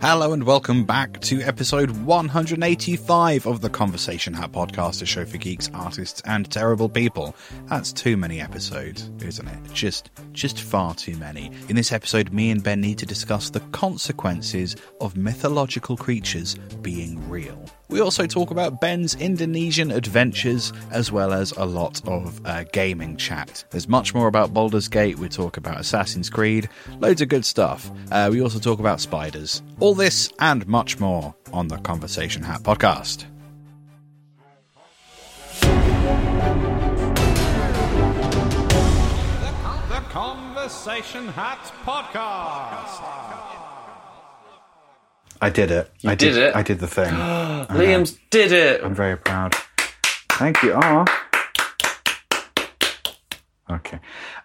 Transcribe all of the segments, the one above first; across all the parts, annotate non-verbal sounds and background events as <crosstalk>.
Hello and welcome back to episode 185 of the Conversation Hat podcast, a show for geeks, artists, and terrible people. That's too many episodes, isn't it? Just, just far too many. In this episode, me and Ben need to discuss the consequences of mythological creatures being real. We also talk about Ben's Indonesian adventures as well as a lot of uh, gaming chat. There's much more about Baldur's Gate. We talk about Assassin's Creed, loads of good stuff. Uh, we also talk about spiders. All this and much more on the Conversation Hat podcast. The Conversation Hat Podcast. I did it. I did it? I did the thing. <gasps> Liam's did it. I'm very proud. Thank you. Ah. Okay.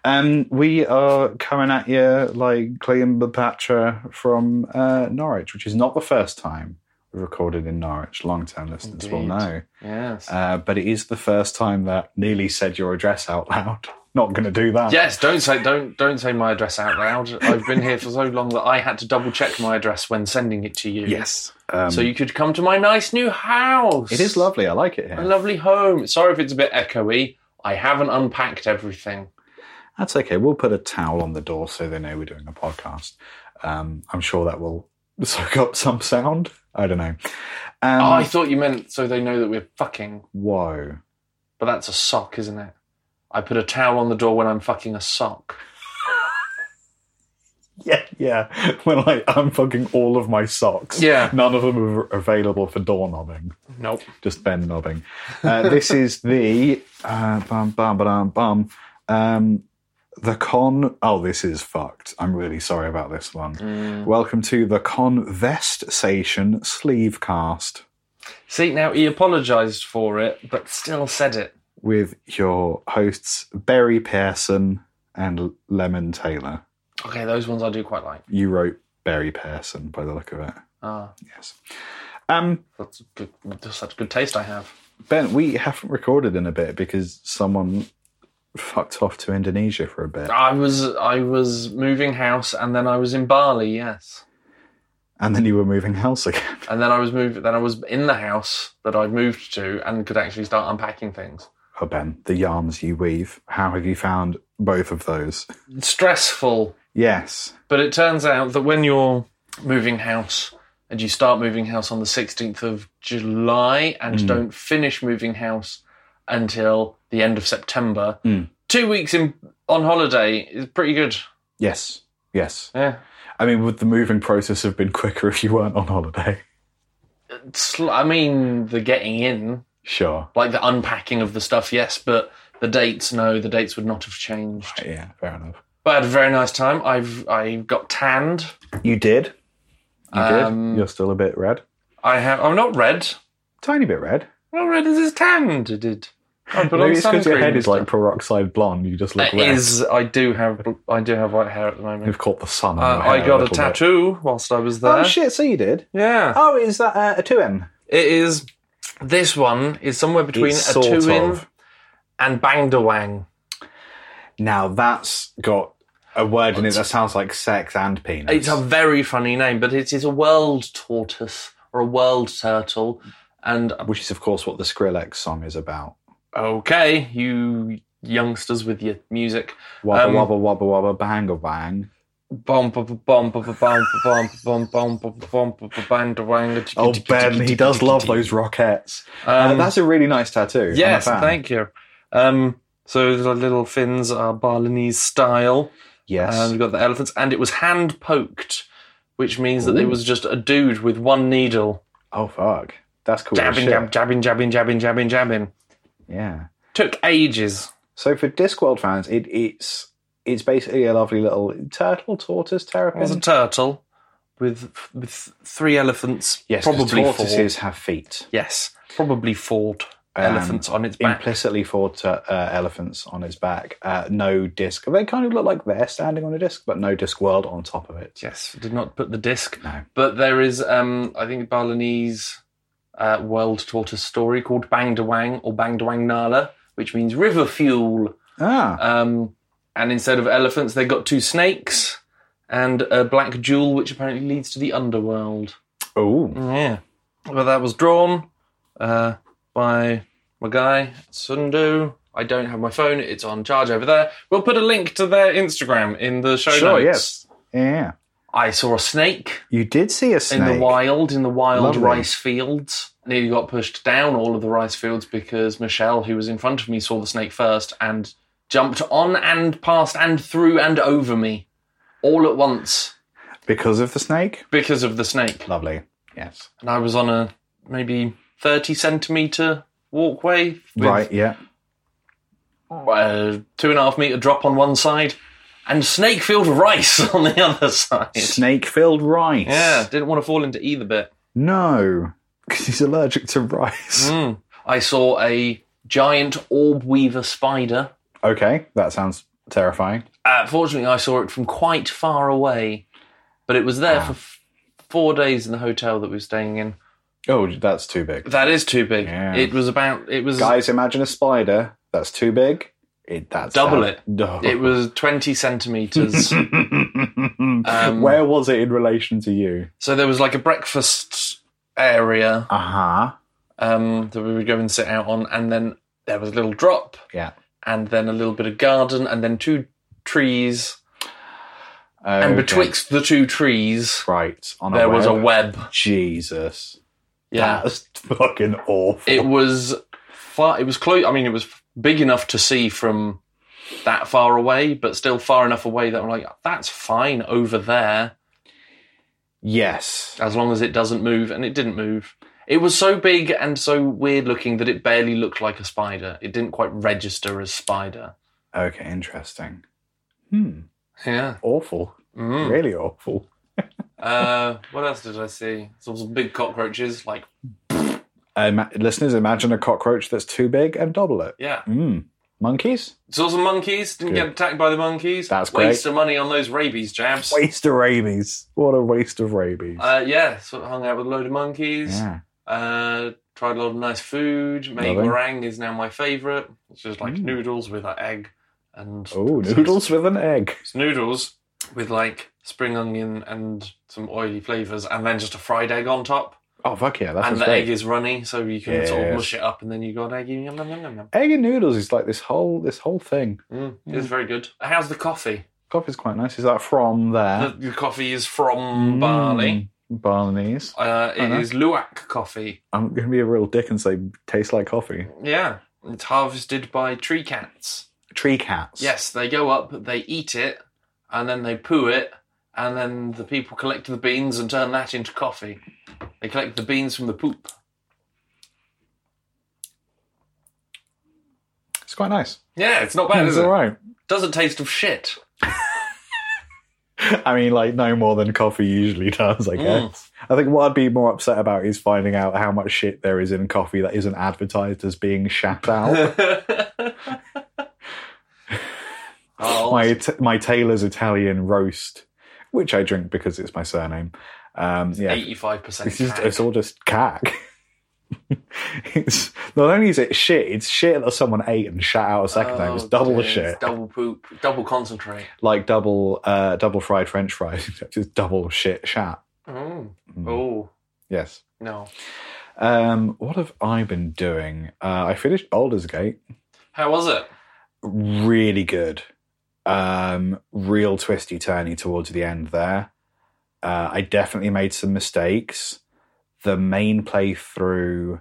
Um, we are coming at you like Clean Bapatra from uh, Norwich, which is not the first time we recorded in Norwich. Long term listeners will Indeed. know. Yes. Uh, but it is the first time that nearly said your address out loud. <laughs> Not going to do that. yes. Don't say don't don't say my address out loud. I've been here for so long that I had to double check my address when sending it to you. Yes. Um, So you could come to my nice new house. it is lovely. I like it here. A lovely home. Sorry if it's a bit echoey. I haven't unpacked everything. That's okay. We'll put a towel on the door so they know we're doing a podcast. Um, I'm sure that will <laughs> soak up some sound. I don't know. Um, oh, I thought you meant so they know that we're fucking. whoa. But that's a sock, isn't it? I put a towel on the door when I'm fucking a sock. Yeah, yeah. <laughs> When like I'm fucking all of my socks. Yeah. None of them are available for door knobbing. Nope. Just Ben nobbing. <laughs> Uh, this is the uh, bum bum bum bum. Um, the con. Oh, this is fucked. I'm really sorry about this one. Welcome to the con vest station sleeve cast. See, now he apologised for it, but still said it. with your hosts Barry Pearson and Lemon Taylor. Okay, those ones I do quite like. You wrote Barry Pearson by the look of it. Ah, Yes. Um, that's good. That's such good taste I have. ben, we haven't recorded in a bit because someone fucked off to Indonesia for a bit, I was I was moving house and then I was in Bali, yes. and then you were moving house again. <laughs> And then I was moved then I was in the house that I moved to and could actually start unpacking things. Oh, Ben, the yarns you weave. How have you found both of those? It's stressful, Yes. but it turns out that when you're moving house and you start moving house on the 16th of July and don't finish moving house until the end of September, 2 weeks in on holiday is pretty good. Yes. Yes. Yeah. I mean, would the moving process have been quicker if you weren't on holiday? <laughs> It's, I mean, the getting in Sure. like the unpacking of the stuff, yes, but the dates, no, the dates would not have changed. Yeah, fair enough. But I had a very nice time. I've I got tanned. You did. You Um, did. You're still a bit red. I have. I'm not red. Tiny bit red. I'm not red as is tanned. I did. I put on Maybe it's because your sunscreen head and is like stuff. peroxide blonde. You just look It red. is. I do have. I do have white hair at the moment. You've caught the sun. On Uh, your hair I got a little bit. tattoo whilst I was there. Oh shit! So you did. Yeah. Oh, is that uh, a two M? It is. This one is somewhere between It's a sort two in of. and bangdawang. Now that's got a word in it that sounds like sex and penis. It's a very funny name, but it is a world tortoise or a world turtle. And Which is, of course, what the Skrillex song is about. okay, you youngsters with your music. Wobble, Um, wobble, wobble, wobble, bang, a bang. Bum, bu- bu- bum, bu- bu- bum, bu- bum, bu- bum, bum, bu- bu- bum, bu- bu- bang, da- wang, da- Oh, tick- tick- Ben, tick- he tick- does tick- love tick- those rockets. Uh, Um, that's a really nice tattoo. yes, I'm a fan. thank you. Um, so the little fins are Balinese style. Yes. And we've got the elephants, and it was hand poked, which means that it was just a dude with one needle oh fuck, that's cool. as jabbing, shit. jab, jabbing, jabbing, jabbing, jabbing, jabbing. Yeah. Took ages. So for Discworld fans, it, it's it's basically a lovely little turtle, tortoise, terrapin. There's a turtle with with three elephants. yes, 'cause probably four. tortoises have feet. Yes, probably four t- Um, elephants on its back. Implicitly four tu- uh, elephants on its back. Uh, no disc. They kind of look like they're standing on a disc, but no disc world on top of it. yes, did not put the disc. No. But there is, um, I think, a Balinese uh, world tortoise story called Bang Dawang or Bang Dawang Nala, which means river fuel. Ah, Um, and instead of elephants, they got two snakes. and a black jewel, which apparently leads to the underworld. Oh. Yeah. Well, that was drawn uh, by my guy, Sundu. I don't have my phone, it's on charge over there. We'll put a link to their Instagram in the show Sure, notes. yes. Yeah. I saw a snake You did see a snake. in the wild, in the wild Lovely. rice fields. Nearly got pushed down all of the rice fields because Michelle, who was in front of me, saw the snake first and jumped on and past and through and over me all at once Because of the snake? because of the snake. Lovely. Yes. And I was on a maybe 30 centimetre walkway with Right, yeah. a two and a half metre drop on one side and snake filled rice <laughs> on the other side. Snake filled rice. Yeah, didn't want to fall into either bit. No. <laughs> Because he's allergic to rice. Mm. I saw a giant orb weaver spider. Okay, that sounds terrifying. Uh, fortunately, I saw it from quite far away, but it was there for f- four days in the hotel that we were staying in. Oh, that's too big. That is too big. Yeah. It was about. It was. Guys, imagine a spider. That's too big. It, that's Double that- it. No. It was twenty <laughs> centimeters. um, <laughs> Where was it in relation to you? so there was like a breakfast area Uh huh. um, that we would go and sit out on, and then there was a little drop, Yeah. and then a little bit of garden, and then two trees, and Okay. betwixt the two trees, right on there a was a web. web. Jesus. Yeah, That's fucking awful. it was far. It was close. I mean, it was big enough to see from that far away, but still far enough away that I'm like, that's fine over there, yes. as long as it doesn't move, and it didn't move. It was so big and so weird looking that it barely looked like a spider. It didn't quite register as spider. Okay, interesting. Hmm. Yeah. Awful. Mm. Really awful. Uh, what else did I see? Saw some big cockroaches. Like, Um, listeners, imagine a cockroach that's too big and double it. yeah. Hmm. Monkeys? Saw some monkeys. Didn't Good. get attacked by the monkeys. That's great. Waste of money on those rabies jabs. Waste of rabies. What a waste of rabies. Uh, yeah, sort of hung out with a load of monkeys. yeah. Uh, tried a lot of nice food. Made Lovely. meringue is now my favourite. It's just like Mm. noodles with an egg and Oh, noodles with an egg. It's noodles with like spring onion and some oily flavours, and then just a fried egg on top. Oh, fuck yeah. That and sounds the great. egg is runny, so you can sort of Yes. mush it up, and then you got egg. Yum, yum, yum, yum, yum. egg and noodles is like this whole this whole thing. Mm, It's very good. How's the coffee? Coffee's quite nice. Is that from there? The, the coffee is from Barley. Mm, Barley's. Uh, it Uh-huh. is Luwak coffee. I'm going to be a real dick and say tastes like coffee. Yeah, it's harvested by tree cats. Tree cats. Yes, they go up, they eat it, and then they poo it, and then the people collect the beans and turn that into coffee. They collect the beans from the poop. It's quite nice. Yeah, it's not bad, it's is it? all right. Doesn't taste of shit. <laughs> I mean, like no more than coffee usually <laughs> does. Mm. I guess. I think what I'd be more upset about is finding out how much shit there is in coffee that isn't advertised as being <laughs> shat out. oh, my t- my Taylor's Italian roast, which I drink because it's my surname. Um, yeah, eighty-five percent. It's just it's all just cack. <laughs> it's not only is it shit, it's shit that someone ate and shat out a second time. Oh, It's double the shit. Double poop. Double concentrate. like double uh double fried French fries. <laughs> just double shit shat. Mm. Mm. Oh Yes. no! Um what have I been doing? Uh I finished Baldur's Gate. How was it? Really good. Um real twisty turny towards the end there. Uh I definitely made some mistakes. The main playthrough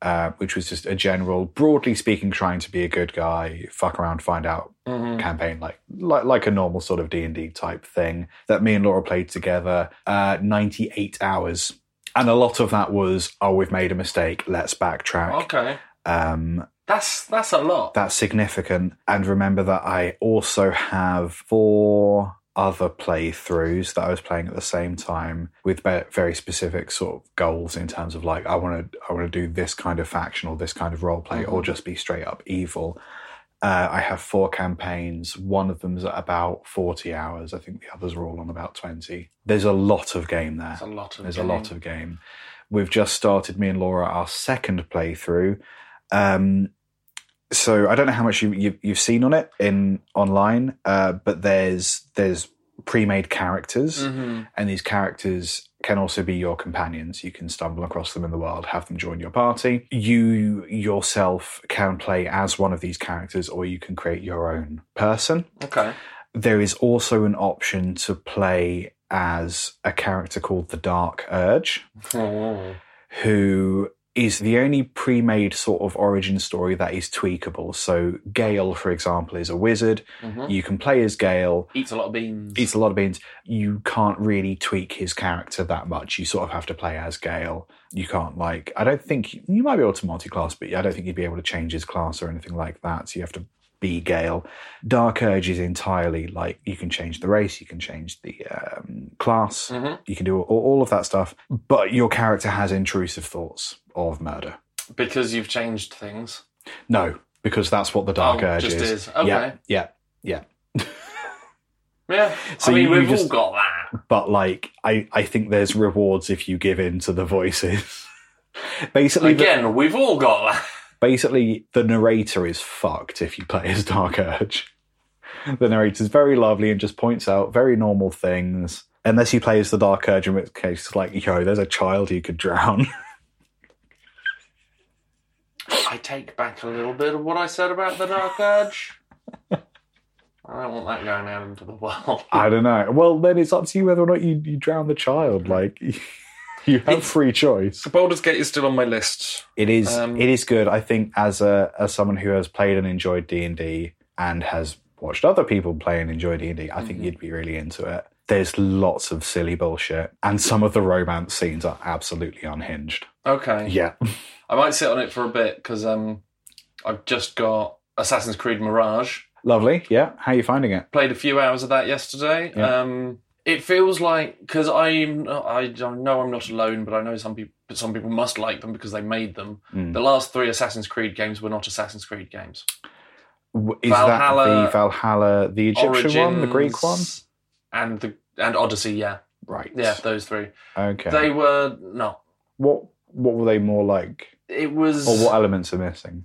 uh, which was just a general, broadly speaking, trying to be a good guy, fuck around, find out Mhm. campaign, like like like a normal sort of D and D type thing that me and Laura played together. Uh, Ninety eight hours, and a lot of that was, oh, we've made a mistake. Let's backtrack. Okay, Um, that's that's a lot. that's significant. And remember that I also have four other playthroughs that I was playing at the same time with ve- very specific sort of goals in terms of like I want to I want to do this kind of faction or this kind of role play or just be straight up evil. Uh, I have four campaigns. One of them's at about forty hours. I think the others are all on about twenty. There's a lot of game there. That's a lot of. There's a lot of game. We've just started me and Laura our second playthrough. Um, so I don't know how much you, you, you've seen on it in online, uh, but there's there's pre-made characters, Mm. Mm-hmm. and these characters can also be your companions. You can stumble across them in the wild, have them join your party. You yourself can play as one of these characters, or you can create your own person. Okay. There is also an option to play as a character called the Dark Urge Oh. who is the only pre-made sort of origin story that is tweakable. So Gale, for example, is a wizard. You can play as Gale, Mm-hmm. Eats a lot of beans. eats a lot of beans. You can't really tweak his character that much. You sort of have to play as Gale. You can't like I don't think you might be able to multi-class, but I don't think you'd be able to change his class or anything like that. So you have to be Gale. Dark Urge is entirely like you can change the race, you can change the um, class, Mm-hmm. you can do all, all of that stuff, but your character has intrusive thoughts of murder. because you've changed things. No, because that's what the Dark Oh, Urge just is. is. Okay. Yeah, yeah, yeah. Yeah. So I mean, you- you we've just- all got that. but like I, I think there's rewards if you give in to the voices. <laughs> basically, the, Again, we've all got that. basically the narrator is fucked if you play as Dark Urge. <laughs> The narrator's very lovely and just points out very normal things. Unless you play as the Dark Urge, in which case, it's like, yo, there's a child who could drown. I take back a little bit of what I said about the Dark Urge. I don't want that going out into the <laughs> world. I don't know. Well, then it's up to you whether or not you, you drown the child. Like, <laughs> you have free choice. Baldur's Gate is still on my list. It is. Um, it is good. I think as a as someone who has played and enjoyed D and D and has watched other people play and enjoy D and D, I Mm-hmm. think you'd be really into it. There's lots of silly bullshit, and some of the romance scenes are absolutely unhinged. Okay. Yeah, I might sit on it for a bit because um, I've just got Assassin's Creed Mirage. lovely. Yeah, how are you finding it? Played a few hours of that yesterday. Yeah. Um, it feels like because I'm I don't know I'm not alone, but I know some people some people must like them because they made them. Mm. The last three Assassin's Creed games were not Assassin's Creed games. W- Is that Valhalla- the Valhalla, the Egyptian one, the Greek one? Origins and the and Odyssey. Yeah, Right. yeah, those three. Okay. They were no. what What were they more like, It was or what elements are missing?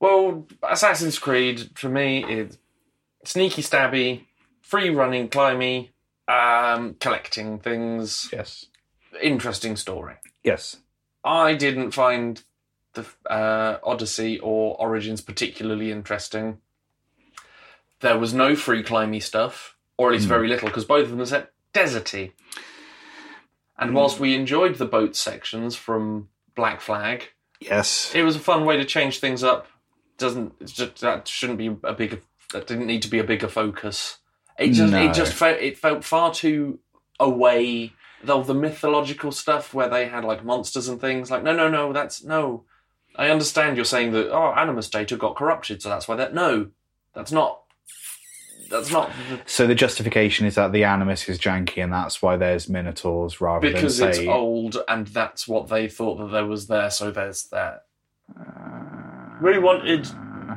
Well, Assassin's Creed for me is sneaky, stabby, free running, climby, um, collecting things, Yes. interesting story. Yes. I didn't find the uh, Odyssey or Origins particularly interesting. There was no free climby stuff, or at Hmm. least very little, because both of them are set deserty. And Hmm. whilst we enjoyed the boat sections from Black Flag, Yes. it was a fun way to change things up. Doesn't it's just, that shouldn't be a bigger that didn't need to be a bigger focus. It just No. it just felt it felt far too away of the mythological stuff where they had like monsters and things. Like no no no that's no. I understand you're saying that oh Animus data got corrupted so that's why that no that's not that's not So the justification is that the animus is janky, and that's why there's minotaurs rather because than it's say. old and that's what they thought that there was there so there's that. uh, Ah. We wanted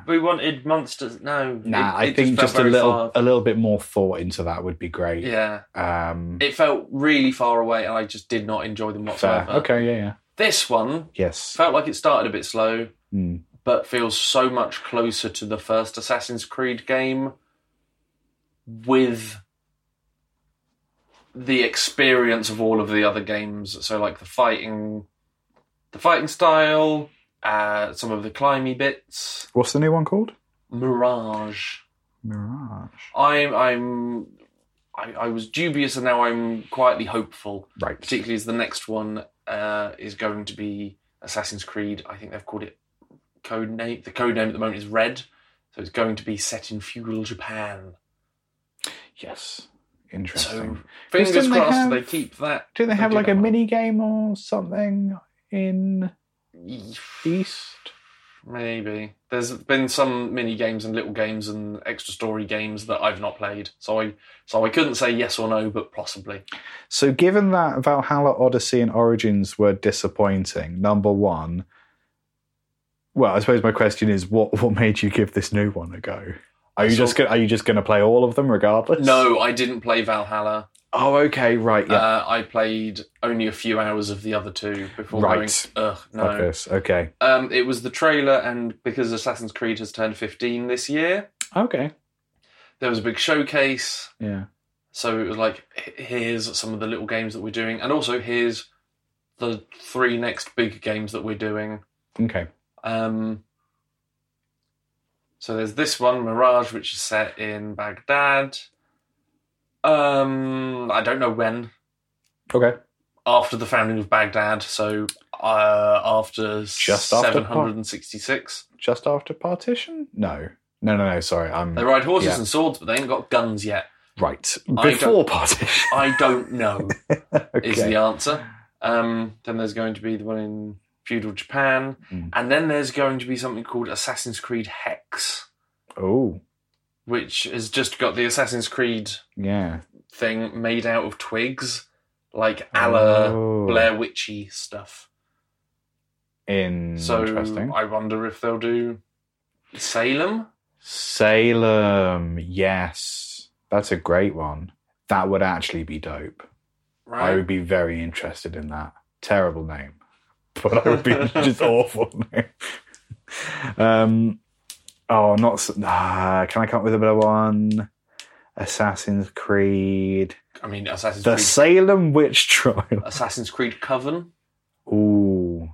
we wanted monsters. No, Nah, it- I it think felt just a very little, far- a little bit more thought into that would be great. Yeah, Um, it felt really far away, and I just did not enjoy them fair. whatsoever. Okay. Yeah. Yeah. This one Yes. felt like it started a bit slow, Mm. but feels so much closer to the first Assassin's Creed game with the experience of all of the other games. So, like the fighting, the fighting style, uh, some of the climby bits, What's the new one called? Mirage. Mirage. I'm I'm I, I was dubious and now I'm quietly hopeful, Right. particularly as the next one uh, is going to be Assassin's Creed. I think they've called it code name. The code name at the moment is Red, so it's going to be set in feudal Japan. Yes. So Interesting. Because fingers didn't they crossed have- they keep that. Do they have do like a that one. mini game or something in East? Maybe there's been some mini games and little games and extra story games that I've not played, so I so I couldn't say yes or no, but possibly. So, given that Valhalla, Odyssey, and Origins were disappointing, number one, well, I suppose my question is, what what made you give this new one a go? Are you So- just gonna, are you just going to play all of them regardless? No, I didn't play Valhalla. Oh, okay, right, yeah, Uh, I played only a few hours of the other two before Right. going. Ugh, fuck no. this. Okay, Um, it was the trailer, and because Assassin's Creed has turned 15 this year, okay, there was a big showcase. yeah, So it was like, h- here's some of the little games that we're doing, and also here's the three next big games that we're doing. Okay. Um, so there's this one, Mirage, which is set in Baghdad. Um, I don't know when Okay. after the founding of Baghdad. So uh, after Just after the- 766, Just after partition? No. No, no, no. Sorry. I'm they ride horses Yeah. and swords, but they ain't got guns yet. right. I Before partition. I don't know <laughs> is okay. the answer. Um, then there's going to be the one in feudal Japan, Mm. and then there's going to be something called Assassin's Creed Hex, oh, which has just got the Assassin's Creed yeah. thing made out of twigs, like a la Oh. Blair Witchy stuff. In So Hmm, interesting. I wonder if they'll do Salem. Salem. Yes. That's a great one. That would actually be dope. I Right. would be very interested in that. Terrible name, <laughs> but I would <laughs> be just awful name. Um, oh, not s- ah, can I come up with a better one? Assassin's Creed, I mean, Assassin's the Creed. Salem Witch Trial. <laughs> Assassin's Creed Coven. Ooh,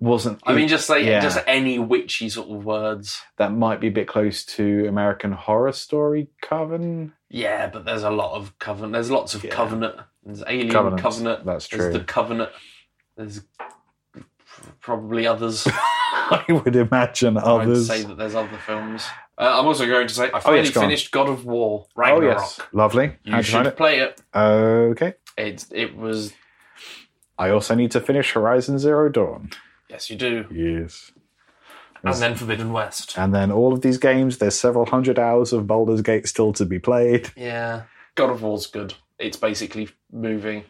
wasn't. I mean, just say yeah. just any witchy sort of words. that might be a bit close to American Horror Story Coven. Yeah, but there's a lot of covenant. There's lots of Yeah. covenant. There's alien Covenants, covenant. that's There's true. the covenant. There's probably others. I would imagine <laughs> others. I'd say that there's other films. Uh, I'm also going to say I Oh, finally yes, go on. finished God of War oh Ragnarok. yes, lovely. You How'd you should find it? play it. Okay. It's it was I also need to finish Horizon Zero Dawn. yes you do. Yes. And then Forbidden West. And then all of these games, there's several hundred hours of Baldur's Gate still to be played. <laughs> Yeah, God of War's good. It's basically moving,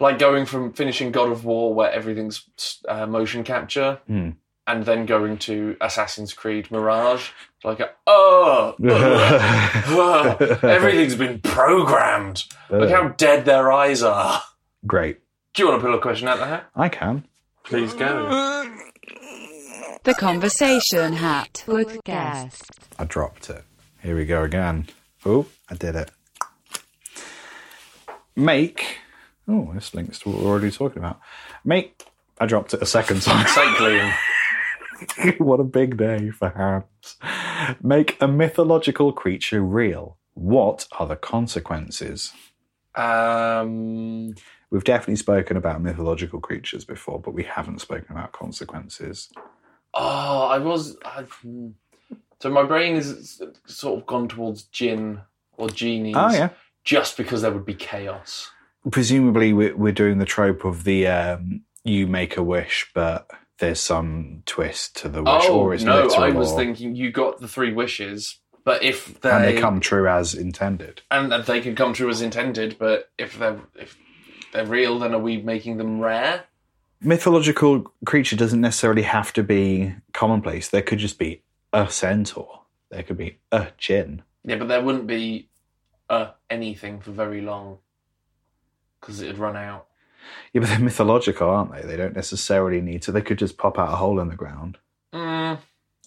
like going from finishing God of War where everything's uh, motion capture, Hmm. and then going to Assassin's Creed Mirage. It's Like <laughs> oh, uh, uh, everything's been programmed. Look how dead their eyes are. Uh, Great. Do you want to pull a question out the hat? I can. Please <laughs> go. The Conversation Hat Podcast. I dropped it. Here we go again. Oh, I did it. Make. Oh, this links to what we're already talking about. Make. I dropped it a second time. Safely. <laughs> what a big day for hams. Make a mythological creature real. What are the consequences? Um, We've definitely spoken about mythological creatures before, but we haven't spoken about consequences. oh, I was. I, hmm. so my brain is sort of gone towards gin or genies. Oh yeah, just because there would be chaos. presumably we're, we're doing the trope of the um, you make a wish, but there's some twist to the wish, or it's Oh, no, literal, I was or- thinking you got the three wishes, but if they and they come true as intended. and that they can come true as intended, but if they're if they're real, then are we making them rare? Mythological creature doesn't necessarily have to be commonplace. There could just be a centaur. There could be a jinn. Yeah, but there wouldn't be uh, anything for very long because it'd run out. Yeah, but they're <laughs> mythological, aren't they? They don't necessarily need to. They could just pop out a hole in the ground. Mm,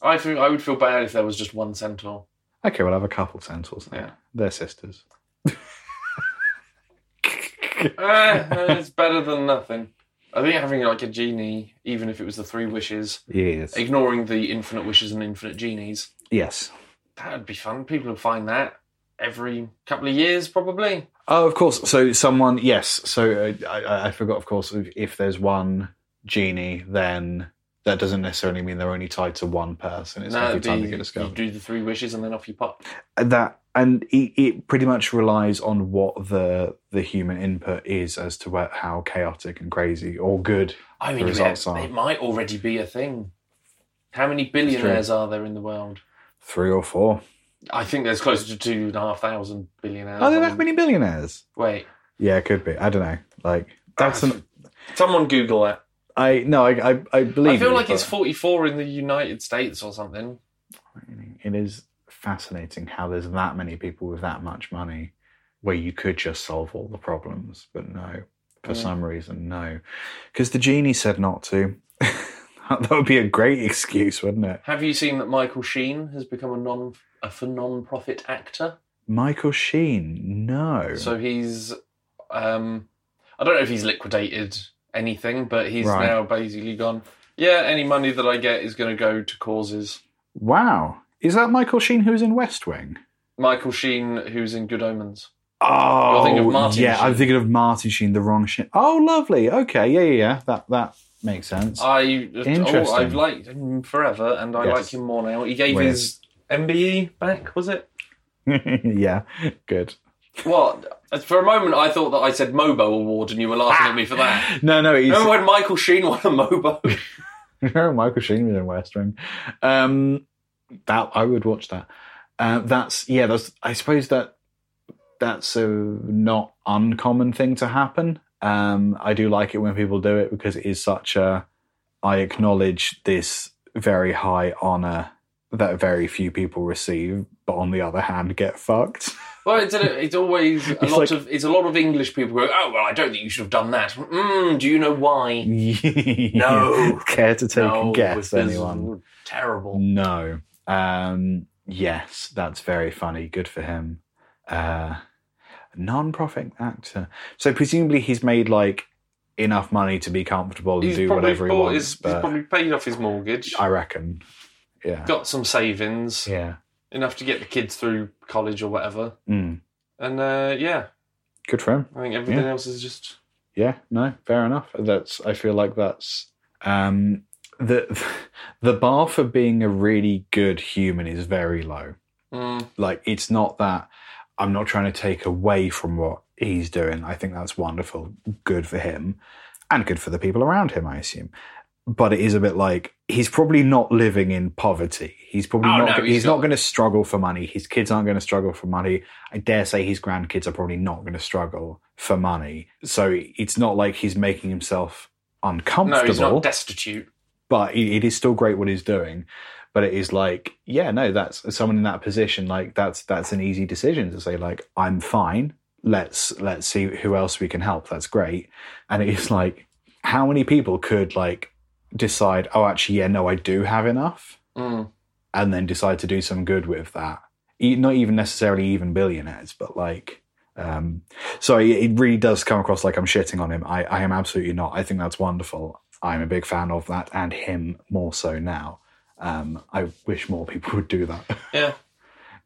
I feel I would feel bad if there was just one centaur. Okay, we'll have a couple centaurs then. Yeah, They're sisters. <laughs> Eh, <laughs> it's better than nothing. I think having like a genie, even if it was the three wishes, Yes. ignoring the infinite wishes and infinite genies, Yes. That'd be fun. People would find that every couple of years, probably. Oh, of course. So someone, yes. So uh, I- I, I forgot, of course, if, if there's one genie, then that doesn't necessarily mean they're only tied to one person. It's every it'd time they be- get You discovered. do the three wishes and then off you pop. And that and it, it pretty much relies on what the the human input is as to where, how chaotic and crazy or good. I The mean, results it, are- it might already be a thing. How many billionaires are there in the world? Three or four. I think there's closer to two and a half thousand billionaires. Are there on- that many billionaires? Wait, Yeah, it could be. I don't know. Like that's an someone Google that. I no. I I, I believe. I Ah. feel you, like it's but- 44 in the United States or something. It is fascinating how there's that many people with that much money where you could just solve all the problems, but no, for Yeah. some reason, no. Because the genie said not to. <laughs> that would be a great excuse, wouldn't it? Have you seen that Michael Sheen has become a non a for non profit actor? Michael Sheen. No. So he's, um, I don't know if he's liquidated anything, but he's Right. now basically gone. Yeah, any money that I get is going to go to causes. wow. Is that Michael Sheen who's in West Wing? Michael Sheen, who's in Good Omens. Oh, You're thinking of Martin yeah, I'm Sheen. thinking of Martin Sheen, the wrong Sheen. Oh, lovely. Okay, yeah, yeah, yeah. That that makes sense. I Interesting. Oh, I've liked him forever, and I Yes. like him more now. He gave Weird. his MBE back, was it? <laughs> yeah, good. Well, for a moment, I thought that I said MOBO award, and you were laughing at me for that. No, no, <laughs> he's Remember when Michael Sheen won a MOBO? <laughs> Michael Sheen was in West Wing. Um, that I would watch that. Uh, that's yeah. That's I suppose that that's a not uncommon thing to happen. Um, I do like it when people do it because it is such a. I acknowledge this very high honor that very few people receive, but on the other hand, get fucked. <laughs> Well, it's, a, it's always a It's lot like- of it's a lot of English people go. Oh well, I don't think you should have done that. Mm, do you know why? no. Care to take no, a guess, because anyone? we're Terrible. No. Um, yes, that's very funny. Good for him. Uh, non-profit actor. So presumably he's made like enough money to be comfortable and He's do probably, whatever he bought wants. his- he's but probably paid off his mortgage. I reckon. Yeah. got some savings, Yeah. enough to get the kids through college or whatever. Mm. And uh, yeah, Good for him. I think everything Yeah. else is just Yeah. No. Fair enough. That's. I feel like that's. Um, the <laughs> the bar for being a really good human is very low. mm, like it's not that i'm not trying to take away from what he's doing i think that's wonderful good for him and good for the people around him i assume but it is a bit like he's probably not living in poverty he's probably Oh, not no, he's, he's not not. going to struggle for money his kids aren't going to struggle for money i dare say his grandkids are probably not going to struggle for money so it's not like he's making himself uncomfortable no. He's not destitute. but it, it is still great what he's doing. But it is like, yeah, no, that's someone in that position. Like that's that's an easy decision to say, like, I'm fine. Let's let's see who else we can help. That's great. And it is like, how many people could like decide, oh, actually, yeah, no, I do have enough, Mm. and then decide to do some good with that. E- Not even necessarily even billionaires, but like, um, so it it really does come across like I'm shitting on him. I, I am absolutely not. I think that's wonderful. I'm a big fan of that and him more so now. Um, I wish more people <laughs> would do that. Yeah.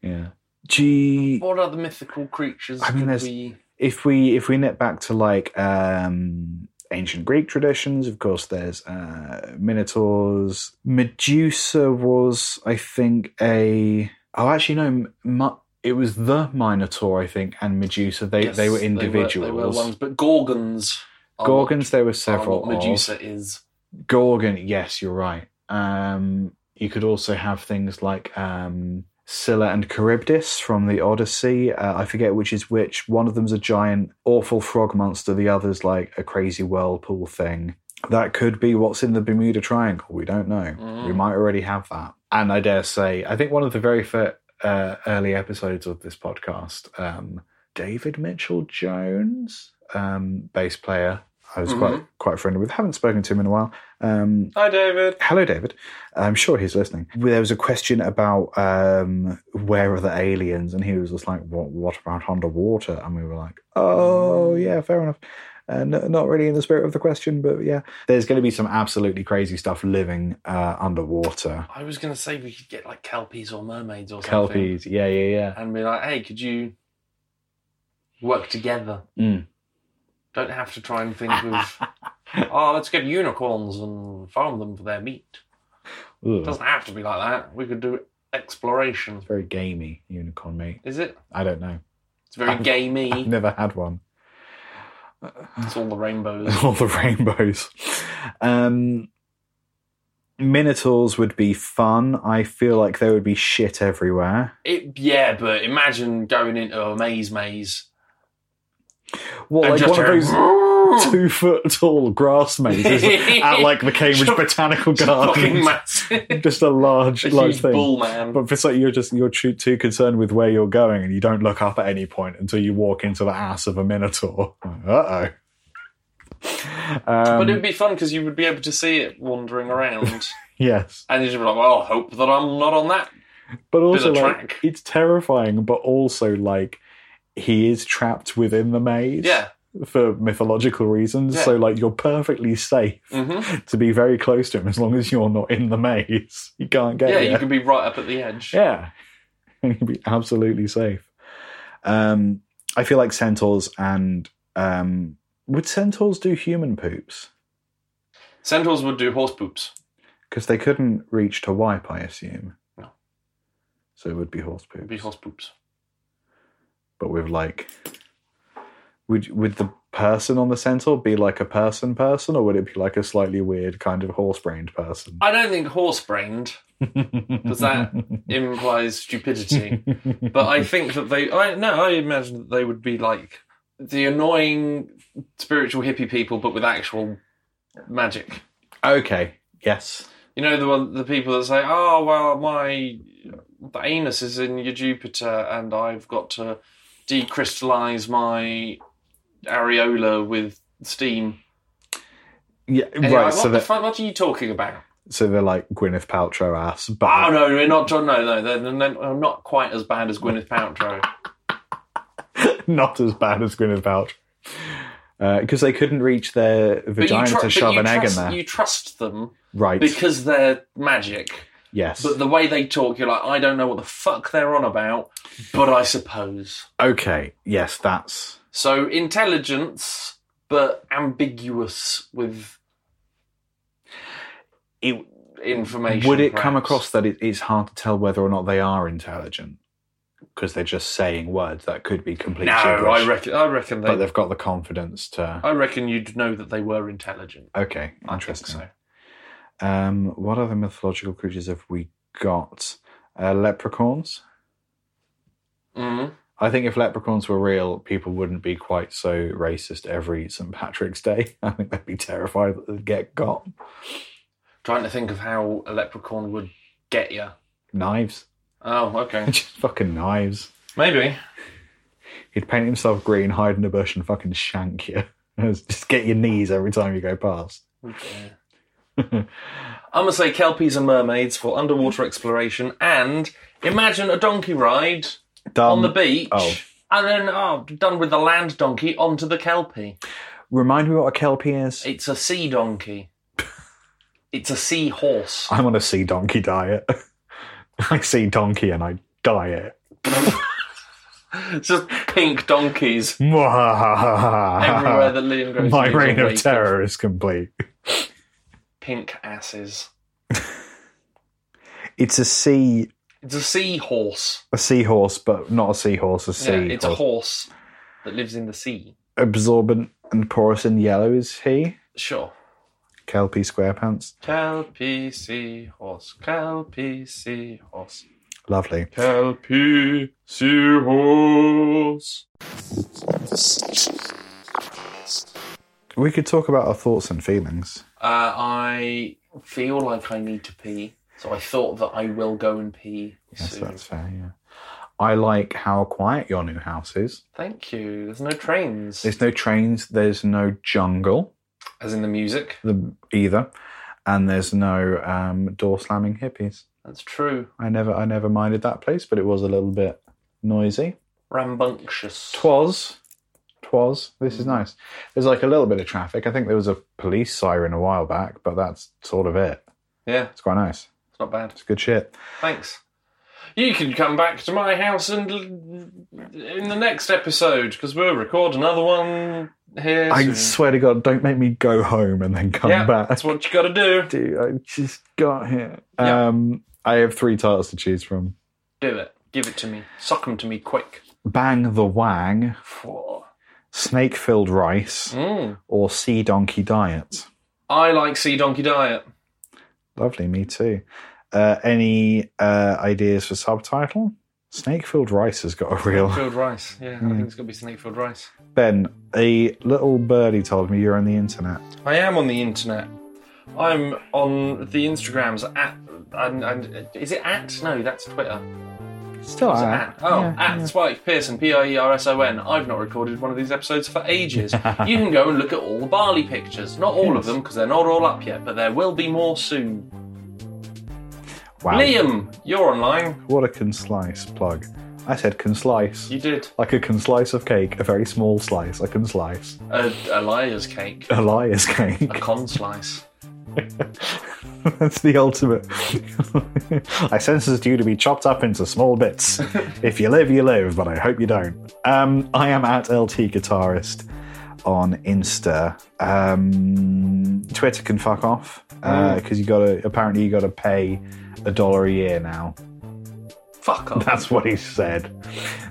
yeah. Gee, What other mythical creatures I mean, could there's- we? if we if we knit back to like um, ancient Greek traditions, of course, there's uh, minotaurs. Medusa was, I think, a oh, actually no, M- Mu- it was the Minotaur, I think, and Medusa. They Yes, they were They were, individuals. ones, but gorgons. are Gorgons, there were what- are several. What Medusa. Medusa is. Gorgon, yes, you're right. Um, you could also have things like um, Scylla and Charybdis from the Odyssey. Uh, I forget which is which. One of them's a giant, awful frog monster. The other's like a crazy whirlpool thing. That could be what's in the Bermuda Triangle. We don't know. Mm. We might already have that. And I dare say, I think one of the very first uh, early episodes of this podcast, um, David Mitchell Jones, um, bass player, I was Mhm. quite quite friendly with. Haven't spoken to him in a while. Um, Hi, David. hello, David. I'm sure he's listening. There was a question about um, where are the aliens, and he was just like, "What? What about underwater?" And we were like, "Oh, yeah, fair enough." Uh, no, not really in the spirit of the question, but yeah, there's going to be some absolutely crazy stuff living uh, underwater. I was going to say we could get like kelpies or mermaids or something. Kelpies, yeah, yeah, yeah. And be like, hey, could you work together? Mm. Don't have to try and <laughs> think of, <laughs> oh, let's get unicorns and farm them for their meat. It Ugh, doesn't have to be like that. We could do exploration. it's very gamey unicorn meat. Is it? I don't know. It's very I've <laughs> gamey. never had one. It's all the rainbows. all the rainbows. Um, minotaurs would be fun. I feel like there would be shit everywhere. It, yeah, but imagine going into a maze maze. What, And like just one of hearing- <laughs> those two foot tall grass mazes at like the Cambridge Just- Botanical <laughs> Fucking Gardens? <laughs> massive. <laughs> Just a large, A large huge thing. bull man. But it's like you're just you're too, too concerned with where you're going, and you don't look up at any point until you walk into the ass of a minotaur. Uh oh. but Um, it'd be fun because you would be able to see it wandering around, yes. and you'd be like, "Well, I hope that I'm not on that But also, of like, track. it's terrifying, but also, like, he is trapped within the maze Yeah. for mythological reasons. Yeah. So, like, you're perfectly safe hmm to be very close to him as long as you're not in the maze. <laughs> You can't get Yeah, there. you can be right up at the edge. Yeah. And you'd be absolutely safe. Um, I feel like centaurs and um, would centaurs do human poops? Centaurs would do horse poops. Because they couldn't reach to wipe, I assume. No. So it would be horse poops. It'd be horse poops. But with like would would the person on the centaur be like a person person, or would it be like a slightly weird kind of horse brained <laughs> person? I don't think horse brained because that implies stupidity. <laughs> But I think that they, I no, I imagine that they would be like the annoying spiritual hippie people, but with actual magic. <laughs> okay. Yes. You know the one, the people that say, "Oh well, my the anus is in your Jupiter, and I've got to decrystallize my areola with steam." Yeah. And you're right. like, what so the that fuck? What are you talking about? so they're like Gwyneth Paltrow ass, but Oh no, we're not. No, no, they're, they're not quite as bad as Gwyneth Paltrow. <laughs> not as bad as Gwyneth Paltrow. Because they couldn't reach their vagina tru- to shove you an egg in trust, there, You trust them right? because they're magic. yes. But the way they talk, you're like, I don't know what the fuck they're on about, but I suppose. okay. Yes, that's So intelligence, but ambiguous with it. information. Would it perhaps. come across that it, it's hard to tell whether or not they are intelligent because they're just saying words that could be complete No, gibberish, I reckon. I reckon but they. they've got the confidence to. I reckon you'd know that they were intelligent. Okay, I think interesting. Um, what other mythological creatures have we got? Uh, leprechauns. So. Mhm. I think if leprechauns were real, people wouldn't be quite so racist every St. Patrick's Day. <laughs> I think they'd be terrified that they'd get got. Trying to think of how a leprechaun would get you. Knives. <laughs> Oh, okay. Just fucking knives. <laughs> Maybe. He'd paint himself green, hide in a bush, and fucking shank you. <laughs> Just get your knees every time you go past. I'm gonna say kelpies and mermaids for underwater exploration, and imagine a donkey ride Done. on the beach, oh. and then oh, done with the land donkey onto the kelpie. Remind me what a kelpie is. It's a sea <laughs> donkey. it's a sea horse. I'm on a sea donkey diet. <laughs> I see donkey and I diet. It's just pink donkeys <laughs> <laughs> everywhere My that Liam goes. he's reign awake of terror is complete. Pink asses. It's a sea It's a sea horse. a seahorse, but not a seahorse, a sea. Yeah, it's a horse that lives in the sea. Absorbent and porous and yellow is he? Sure. Kelpie Squarepants. Kelpie sea horse. Kelpie sea horse. Lovely. Kelpie Seahorse. We could talk about our thoughts and feelings. Uh, I feel like I need to pee, so I thought that I will go and pee Yes, soon. that's fair, yeah. I like how quiet your new house is. Thank you. There's no trains. There's no trains, there's no jungle As in the music. the, either, and there's no um, door slamming hippies. That's true. I never I never minded that place, but it was a little bit noisy. Rambunctious. Twas. Twas. This is nice. There's like a little bit of traffic. I think there was a police siren a while back, but that's sort of it. Yeah, It's quite nice. it's not bad. It's good shit. Thanks. You can come back to my house and l- in the next episode because we'll record another one here. I soon. swear to God, don't make me go home and then come yeah, back. that's what you got to do. do. I just got here. Yeah. Um, I have three titles to choose from. Do it. Give it to me. Sock 'em to me quick. Bang the Wang, Four. Snake Filled Rice, Mm. or Sea Donkey Diet. I like Sea Donkey Diet. Lovely, me too. Uh, any uh, ideas for subtitle? Snake Filled Rice has got a <laughs> real. Filled rice. Yeah, I Mm. think it's going to be snake filled rice. Ben, a little birdie told me you're on the internet. I am on the internet. I'm on the Instagrams at. And, and, is it at? No, that's Twitter. Still Is it at. at? Oh, at Spike Pearson, P I E R S O N. I've not recorded one of these episodes for <laughs> ages. you can go and look at all the barley pictures. Not all of them, because they're not all up yet, but there will be more soon. Wow. Liam, you're online. What a conslice plug. I said conslice. You did like a conslice of cake, a very small slice, a conslice. a, a liar's cake, A liar's a cake. con slice. <laughs> That's the ultimate. I sentenced you to be chopped up into small bits. if you live, you live, but I hope you don't. Um, I am at LT Guitarist on Insta. Um, Twitter can fuck off because you got to. Apparently, you got to pay a dollar a year now. Fuck off. That's what he said.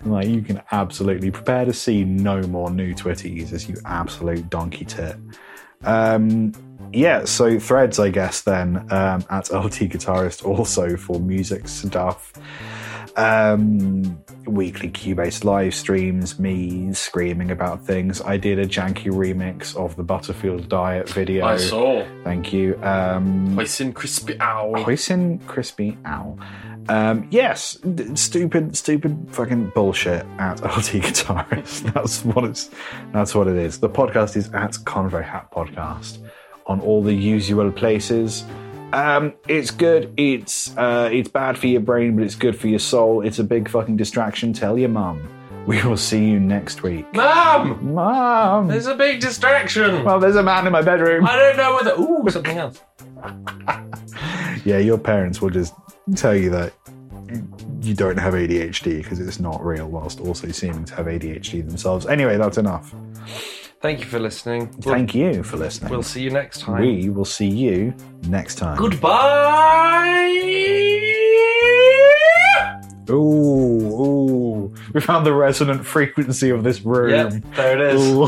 Like you can absolutely prepare to see no more new Twitter users, you absolute donkey tit. Um, yeah, so threads, I guess then um, at LT Guitarist also for music stuff, um, weekly Cubase live streams, me screaming about things. I did a janky remix of the Butterfield Diet video. I saw. Thank you. Um, Hoisin crispy owl. Hoisin Crispy Owl. Um, yes, d- stupid, stupid fucking bullshit at <laughs> LT Guitarist. That's what it's. That's what it is. The podcast is at Convo Hat Podcast on all the usual places. Um, it's good. It's uh, it's bad for your brain, but it's good for your soul. It's a big fucking distraction. Tell your mum. We will see you next week, Mum, mum. there's a big distraction. Well, there's a man in my bedroom. I don't know whether. Ooh, something else. Yeah, your parents will just tell you that you don't have ADHD because it's not real, whilst also seeming to have ADHD themselves. Anyway, that's enough. Thank you for listening. We'll, Thank you for listening. we'll see you next time. We will see you next time. Goodbye. Ooh, ooh. We found the resonant frequency of this room. <laughs> Yep, there it is. Ooh,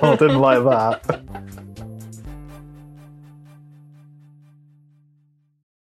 I didn't like that.